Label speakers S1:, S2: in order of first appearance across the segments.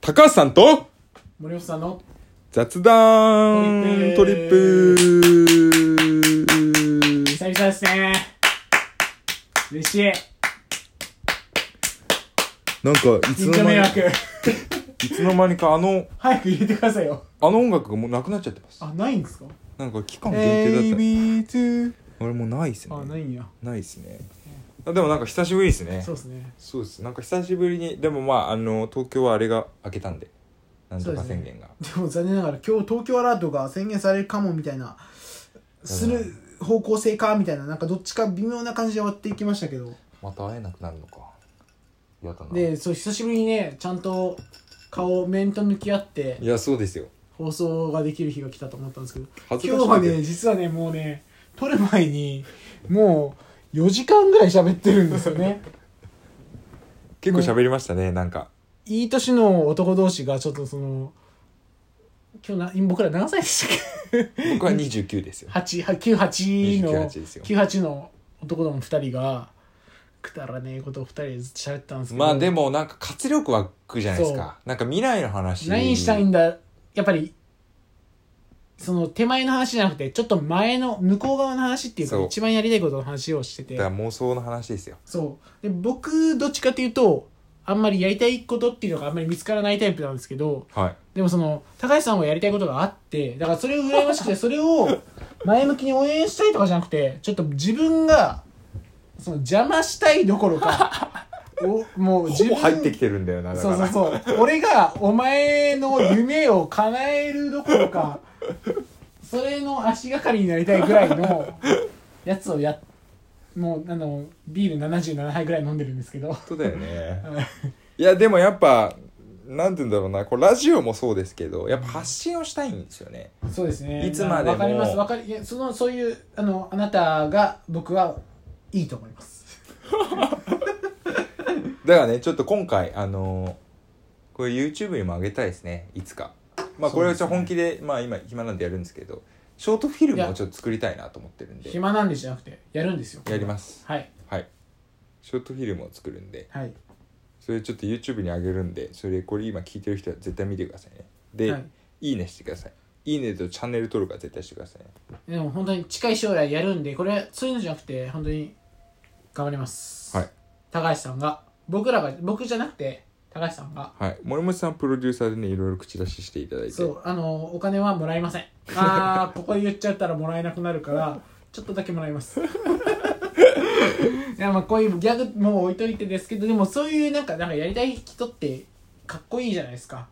S1: 高橋さんと
S2: 森本さんの
S1: 雑談ト
S2: ト
S1: リッ
S2: リッ
S1: プ
S2: プ久々ですね嬉しい
S1: なんかいつ
S2: 緊
S1: の
S2: 張
S1: 間に
S2: 迷惑
S1: いつの間にかあの
S2: 早く入れてくださいよ
S1: あの音楽がもうなくなっちゃってます
S2: あないんですか
S1: なんか期間限定だった
S2: AB2
S1: 俺もうないっすね
S2: あないんや
S1: ないっすねあでもなんか久しぶりですね
S2: そうですね
S1: そうですなんか久しぶりにでもまああの東京はあれが明けたんでなんとか宣言が、
S2: でも残念ながら今日東京アラートが宣言されるかもみたいなする方向性かみたいななんかどっちか微妙な感じで終わっていきましたけど
S1: また会えなくなるのかやだな
S2: でそう久しぶりにねちゃんと顔面と向き合って
S1: いやそうですよ
S2: 放送ができる日が来たと思ったんですけど
S1: 恥ず
S2: 今
S1: かしい
S2: 日はね実はねもうね撮る前にもう4時間ぐらい喋ってるんですよね
S1: 結構喋りましたねなんか
S2: いい年の男同士がちょっとその今日な今僕ら何歳でしたっ
S1: 僕は29ですよ
S2: け8 9 8の
S1: 28ですよ
S2: 98の男ども2人がくだらねえことを2人でずっと喋ってたんですけど
S1: まあでもなんか活力湧くじゃないですかなんか未来の話
S2: 何したいんだやっぱりその手前の話じゃなくてちょっと前の向こう側の話っていうか
S1: そう
S2: 一番やりたいことの話をしてて
S1: だから妄想の話ですよ
S2: そうで僕どっちかっていうとあんまりやりたいことっていうのがあんまり見つからないタイプなんですけど
S1: はい
S2: でもその高橋さんはやりたいことがあってだからそれを羨ましくてそれを前向きに応援したいとかじゃなくてちょっと自分がその邪魔したいどころかおも
S1: ほ
S2: う自
S1: ぼ
S2: 分
S1: 入ってきてるんだよなだか
S2: そう
S1: ら
S2: そうそう俺がお前の夢を叶えるどころかそれの足がかりになりたいぐらいのやつをやっもうあのビール77杯ぐらい飲んでるんですけど
S1: 本当だよねいやでもやっぱなんて言うんだろうなこうラジオもそうですけどやっぱ発信をしたいんですよね
S2: そうですね
S1: いつまでも
S2: わかりますわかりいやそのそういうあのあなたが僕はいいと思います
S1: だからねちょっと今回あのーこれ YouTube にも上げたいですねいつかまあこれはちょっと本気でまあ今暇なんでやるんですけどショートフィルムをちょっと作りたいなと思ってるんで
S2: 暇なんでじゃなくてやるんですよ
S1: やります
S2: はい
S1: はいショートフィルムを作るんで
S2: はい
S1: それちょっと YouTube に上げるんでそれこれ今聞いてる人は絶対見てくださいねで、
S2: はい
S1: い、いねしてくださいいいねとチャンネル登録は絶対してくださいね
S2: でも本当に近い将来やるんでこれそういうのじゃなくて本当に頑張ります
S1: はい
S2: 高橋さんが僕らが僕じゃなくて高橋さんが
S1: はい森本さんプロデューサーでねいろいろ口出ししていただいて
S2: そうあのお金はもらえませ んあーここで言っちゃったらもらえなくなるからちょっとだけもらいます いやまあこういうギャグもう置いといてですけどでもそういうなんかなんかやりたい人ってかっこいいじゃないですか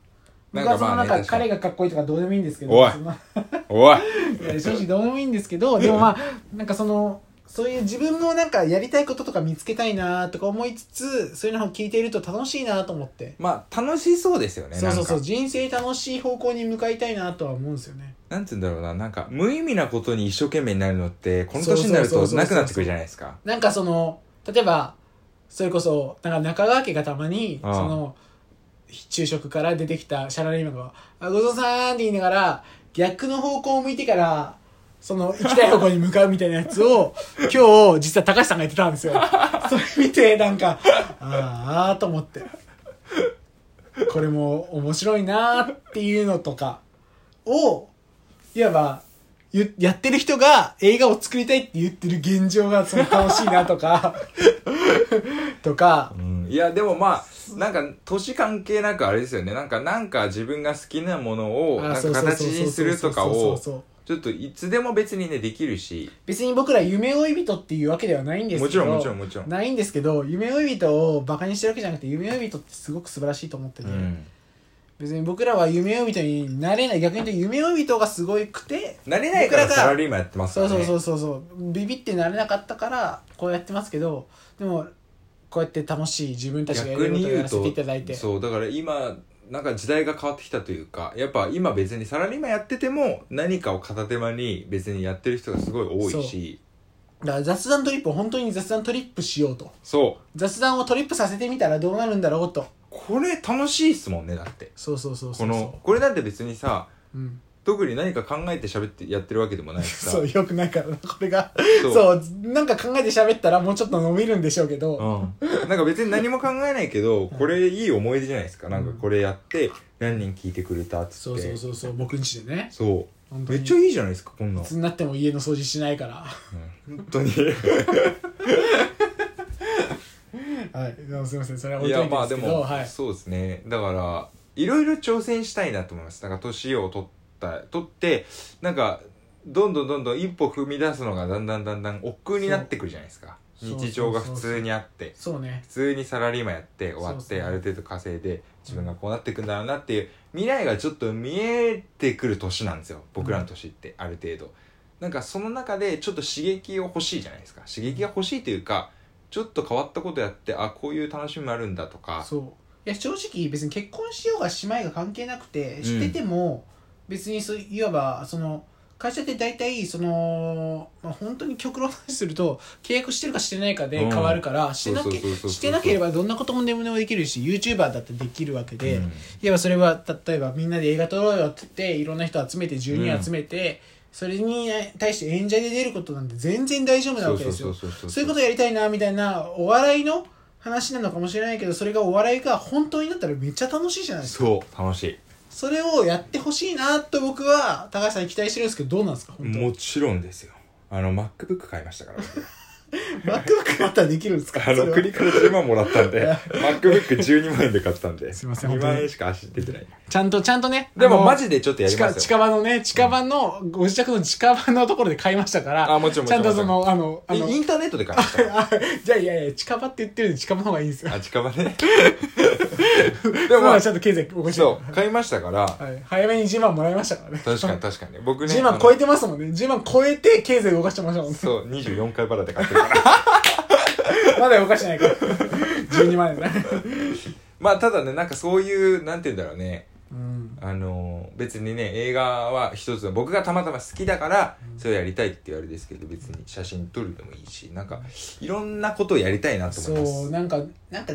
S1: なん
S2: 僕
S1: か
S2: は
S1: まあ
S2: そ
S1: ね確
S2: の中、
S1: かに
S2: 彼がかっこいいとかどうでもいいんですけど
S1: おい
S2: そんな
S1: おい
S2: いや正直どうでもいいんです けどでもまあなんかそのそういう自分のなんかやりたいこととか見つけたいなとか思いつつそういうのを聞いていると楽しいなと思って、
S1: まあ楽しそうですよね
S2: そうそうそ
S1: な
S2: う
S1: んか
S2: 人生楽しい方向に向かいたいなとは思うんですよね
S1: なんて言うんだろうななんか無意味なことに一生懸命になるのってこの年になると
S2: そうそうそうそう
S1: なくなってくるじゃないですか
S2: なんかその例えばそれこそなんか中川家がたまに
S1: ああ
S2: その昼食から出てきたシャラリーマンが「あごちそうさん」って言いながら逆の方向を向いてからその行きたい方向に向かうみたいなやつ を今日実は高橋さんが言ってたんですよそれ見てなんかああと思ってこれも面白いなーっていうのとかをいわばゆやってる人が映画を作りたいって言ってる現状がその楽しいな とかとか
S1: うんいやでもまあなんか年関係なくあれですよねなんかなんか自分が好きなものを
S2: あ
S1: なん
S2: そ
S1: か
S2: うそう
S1: 形
S2: そうそう
S1: にするとか
S2: そう
S1: を
S2: そうそう
S1: ちょっといつでも別にねできるし
S2: 別に僕ら夢追い人っていうわけではないんです
S1: も
S2: け
S1: ち
S2: ど
S1: ろんもちろんもちろん、
S2: ないんですけど夢追い人をバカにしてるわけじゃなくて夢追い人ってすごく素晴らしいと思って
S1: う
S2: て、
S1: ん、
S2: 別に僕らは夢追い人になれない逆に言うと夢追い人がすごくて
S1: なれないから
S2: 僕らが
S1: サラリーマンやってますか
S2: そ
S1: ら
S2: う
S1: ね
S2: そうそうそうそうビビってなれなかったからこうやってますけどでもこうやって楽しい自分たちがや
S1: 逆
S2: るこ
S1: に
S2: とをや
S1: 言う
S2: らせていただい
S1: と
S2: て
S1: そうだから今なんか時代が変わってきたというかやっぱ今別にサラリーマンやってても何かを片手間に別にやってる人がすごい多いし
S2: だから雑談トリップを本当に雑談トリップしようと
S1: そう
S2: 雑談をトリップさせてみたらどうなるんだろうと
S1: これ楽しいっすもんねだって
S2: そうそうそうそ
S1: こ
S2: うそう
S1: のこれだって別にさ
S2: うん、
S1: 特に何か考えて喋ってやってるわけでもないしさ
S2: そう、よくないからな、これが。
S1: そう
S2: そう、なんか考えて喋ったらもうちょっと伸びるんでしょうけど。
S1: うん、なんか別に何も考えないけどこれいい思い出じゃないですかなんかこれやって何人聞いてくれたっつって
S2: そうそうそうそう、僕んちでね。
S1: そう
S2: 本当
S1: め
S2: に
S1: っちゃいいじゃないですかこんない
S2: つになっても家の掃除しないから。
S1: ん本当に
S2: はい、でもすいません、それは置
S1: い
S2: いと
S1: や
S2: いて
S1: ま
S2: で
S1: あ
S2: す
S1: で
S2: けど、
S1: も、
S2: はい。
S1: そうですねだからいろいろ挑戦したいなと思いますなんか年を取った取ってなんかどんどんどんどん一歩踏み出すのがだんだんだんだん億劫になってくるじゃないですか
S2: そう
S1: 日常が普通にあって
S2: そうね
S1: 普。通にサラリーマンやって終わ
S2: そう
S1: っ
S2: そう
S1: てある程度稼いで自分がこうなっていくんだろうなっていう未来がちょっと見えてくる年なんですよ僕らの年ってある程度なんかその中でちょっと刺激を欲しいじゃないですか刺激が欲しいというかちょっと変わったことやってあこういう楽しみもあるんだとか
S2: そう。いや、正直別に結婚しようがしまいが関係なくて、
S1: ん
S2: 知ってても、別にそう、いわば、その、会社って大体、その、まあ、本当に極論の話すると、契約してるかしてないかで変わるから、してなけ
S1: そうそうそうそうそう
S2: してなければどんなこともでもできるし、YouTuber だってできるわけで、
S1: うん
S2: いやそれは例えばみんなで映画撮ろうよって言っていろんな人集めて10人集めて、それに対して演者で出ることなんて全然大丈夫なわけですよ
S1: そうそうそうそうそう
S2: そういうことやりたいなみたいなお笑いの話なのかもしれないけどそれがお笑いが本当になったらめっちゃ楽しいじゃないですか
S1: そう楽し
S2: それをやってほしいなと僕は高橋さんに期待してるんですけどどうなんですか
S1: い
S2: 本当
S1: もちろんですよあの MacBook 買いましたか ら僕
S2: バックバックだったらできるんですか
S1: あ
S2: そ
S1: の
S2: れは
S1: 国から10万もらったんで MacBook12 万円で買ったんです
S2: いません
S1: 2
S2: 本当
S1: 万
S2: に
S1: 円しか足出てない
S2: ちゃんとちゃんとね
S1: で
S2: あ
S1: も
S2: の
S1: マジでちょっとやりま
S2: 近
S1: すよ
S2: 近場のね近場のご自宅の近場のところで買いましたから
S1: あもちろんもち
S2: ちゃ
S1: ろ
S2: ん
S1: ん
S2: とそのあのあの
S1: インターネットで買いました
S2: あじゃあいやいや近場って言ってるんで近場の方がいいんですよ
S1: あ、近場ね。でも、
S2: ま
S1: まあ
S2: あちゃんと経済動かしてる
S1: そう、買いましたから、
S2: はい、早めに10万もらいましたからね
S1: 確かに確かに。僕ね、
S2: 10
S1: あ
S2: 万
S1: の
S2: 超えてますもんね10万超えて経済動かしてましたもんね
S1: そう、24回バラで買ってるから。
S2: まだ動かしてないから12万円だね
S1: まあ、ただね、なんかそういう、なんて言うんだろうね、
S2: うん
S1: あの、別にね、映画は一つの、僕がたまたま好きだから、それをやりたいって言われですけど、別に写真撮るでもいいし、なんか、いろんなことをやりたいなと思いま
S2: そう
S1: す。
S2: なんかなんか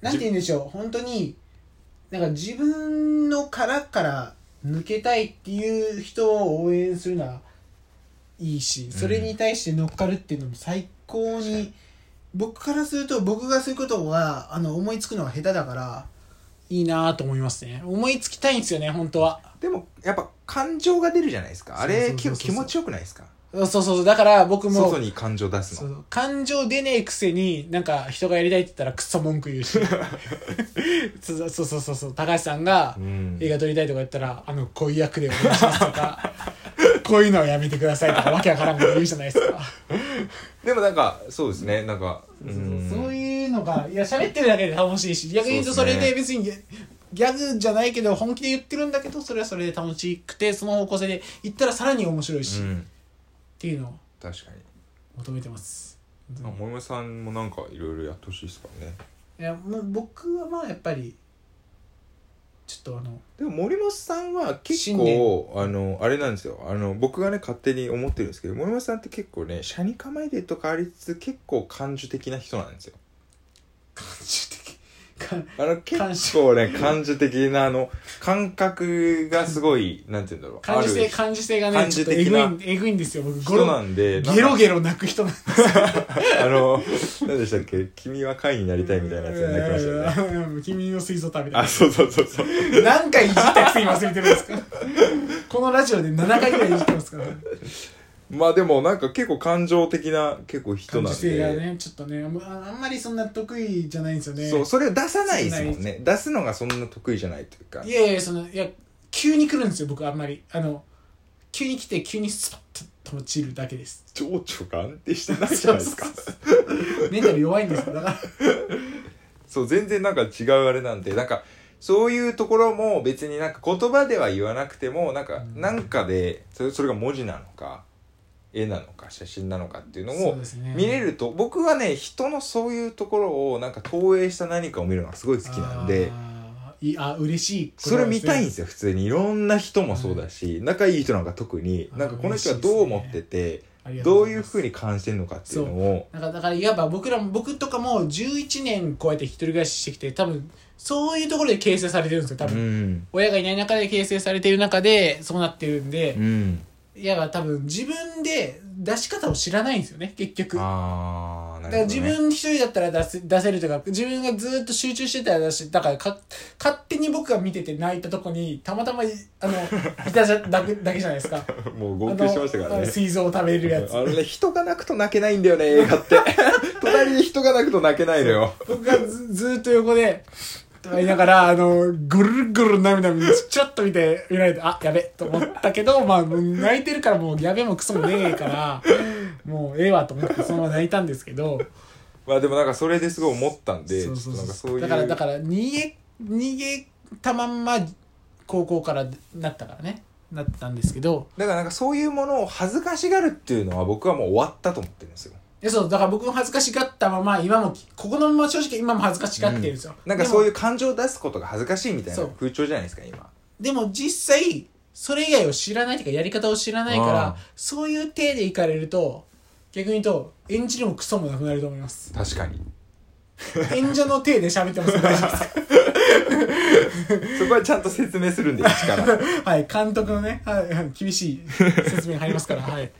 S2: なんて言うんでしょう本当になんか自分の殻から抜けたいっていう人を応援するのはいいしそれに対して乗っかるっていうのも最高に、僕からすると僕がそういうことはあの思いつくのが下手だからいいなぁと思いますね思いつきたいんですよね本当は
S1: でも、やっぱ感情が出るじゃないですか。あ
S2: そ
S1: れ、
S2: うそうそうそう
S1: 結構気持ちよくないですか
S2: そうそうそうだから僕も
S1: 外に感情出す
S2: そ
S1: の。
S2: う感情出ねえくせになんか人がやりたいって言ったらクソ文句言うしそうそうそうそうそう高橋さんが
S1: うん
S2: 映画撮りたいとか言ったら「あのこういう役でお願いします」とか 「こういうのはやめてください」とかわけわからんこと言うじゃないですか
S1: でもなんか、そうですね、なんか、う
S2: そうそうんそういうのがいや喋ってるだけで楽しいし逆に言うと
S1: そ
S2: そう
S1: で
S2: れ
S1: すね
S2: で別にギャギャグじゃないけど本気で言ってるんだけどそれはそれで楽しくてその方向性で言ったらさらに面白いし、
S1: う
S2: っ
S1: ん、
S2: ていうのを
S1: 確かに。
S2: 求めてます
S1: あ森本さんもなんかいろいろやってほしいですからね
S2: いやもう僕はまあやっぱりちょっとあの
S1: でも森本さんは結
S2: 信念
S1: 構あのあれなんですよあの僕がね勝手に思ってるんですけど森本さんって結構ね車に構えてるとかありつつ結構感受的な人なんですよ
S2: 感受的感
S1: あの
S2: 感
S1: 結構ね感受的なあの感覚がすごいなんて言うんだろう
S2: 感受性
S1: ある
S2: 感受性がね
S1: 感
S2: ちょ
S1: 受
S2: っとえ
S1: 的
S2: ぐい
S1: なん
S2: えぐいんですよ僕ゴ
S1: 人な
S2: ロ
S1: んで
S2: ゲロ
S1: ゲ
S2: ゲロ泣く人なんです
S1: ロあの何でしたっけ君は貝になりたいみたいなやつになってまし たよ ね
S2: うん君の水槽食べた
S1: あそうそうそうそう
S2: 何回いじったくせに忘れてるんですかこのラジオで7回ぐらいいじってますから、ね、
S1: まあでもなんか結構感情的な結構人
S2: 感
S1: な
S2: 受
S1: んで
S2: 性がねちょっとねあんまあんまりそんな得意じゃないんですよね
S1: そうそれを出さないですもんね出すのがそんな得意じゃないというか
S2: いやいやそのいや急に来るんですよ僕あんまりあの急に来て急にスパッと落ちるだけです
S1: 情緒が安定してないじゃないですか
S2: そうメンタル弱いんですよだから
S1: そう全然なんか違うあれなんでなんかそういうところも別になんか言葉では言わなくてもなんか、
S2: うん
S1: なんかでそれそれが文字なのか絵なのか写真なのかっていうの
S2: そう
S1: を
S2: ですね
S1: 見れると、僕はね人のそういうところをなんか投影した何かを見るのがすごい好きなんで。
S2: あーいあ嬉しい
S1: それ見たいん
S2: こ
S1: ですよ普通にいろんな人もそうだし、仲いい人なんか特に
S2: あー
S1: なんかこの人はどう思ってて、
S2: れはですね
S1: どういうふ
S2: あ
S1: う
S2: り
S1: に感じてるのかっていうのを
S2: がとうございますなんかだからいわば僕らも僕とかも11年こうやって一人暮らししてきて多分そういうところで形成されてるんですよ多
S1: う
S2: 分、
S1: ん
S2: 親がいない中で形成されてる中でそうなってるんで
S1: う、ん
S2: いや多分自分で出し方を知らないんですよね結局
S1: ああな
S2: だ
S1: る
S2: か
S1: ほ
S2: ら
S1: ど、ね、
S2: 自分一人だったら出せ出せるとか自分がずっと集中してたら出しだからか勝手に僕が見てて泣いたとこにたまたまいあのいたじゃだけだけじゃないですか
S1: もう号泣してましたから
S2: あの
S1: ね
S2: 膵臓を食べるやつ
S1: あれね人が泣くと泣けないんだよね映画 って隣に人が泣くと泣けないのよ
S2: 僕がずずーっと横でとか言いながらあのぐるぐる涙見てちらっと見て見られてあやべと思ったけどまあもう泣いてるからもうやべもクソもねえからもうええわと思ってそのまま泣いたんですけど
S1: まあでもなんかそれですごい思ったんで
S2: そうそう
S1: ちょっとなんかそ
S2: そう
S1: いうう
S2: だからだから逃げ逃げたまんま高校からなったからねなったんですけど
S1: だからなんかそういうものを恥ずかしがるっていうのは僕はもう終わったと思ってるんですよ
S2: いやそうだから僕も恥ずかしがったまま今もここのまま正直今も恥ずかしがってるんですよ、
S1: なんかそういうう感情を出すことが恥ずかしいみたい
S2: そ
S1: な
S2: う
S1: 風潮じゃないですか今
S2: でも実際それ以外を知らないというかやり方を知らないか
S1: あ
S2: ら
S1: あ
S2: そういう体でいかれると逆に言うと演じるもクソもなくなると思います
S1: 確かに
S2: 演者の体で喋ってます大丈夫です
S1: そこはちゃんと説明するんで一 から
S2: はい監督のね、はいはい、厳しい説明入りますからはい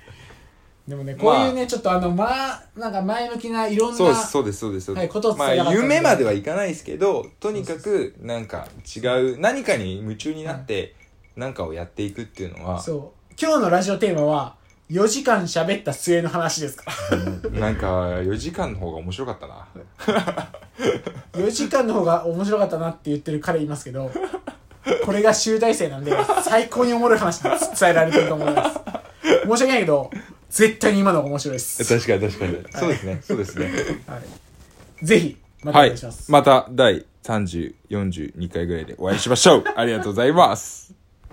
S2: でもねこういうね、ちょっとあのまあなんか前向きないろんな
S1: そうですそうですそうですそう
S2: は
S1: で
S2: い
S1: す
S2: ことを伝
S1: ま
S2: えなか
S1: あ
S2: った
S1: 夢まではいかないですけどとにかくなんか違う何かに夢中になって何かをやっていくっていうのは
S2: そう今日のラジオテーマは4時間喋った末の話ですから
S1: なんか4時間の方が面白かったな
S2: 4時間の方が面白かったなって言ってる彼いますけどこれが集大成なんで最高におもろい話で伝えられてると思います申し訳ないけど絶対に今の方が面白いです、
S1: 確かに確かに そうですねそうですね
S2: はい、ぜひまたお
S1: は
S2: 願
S1: い
S2: いします、
S1: また第3042回ぐらいでお会いしましょうありがとうございます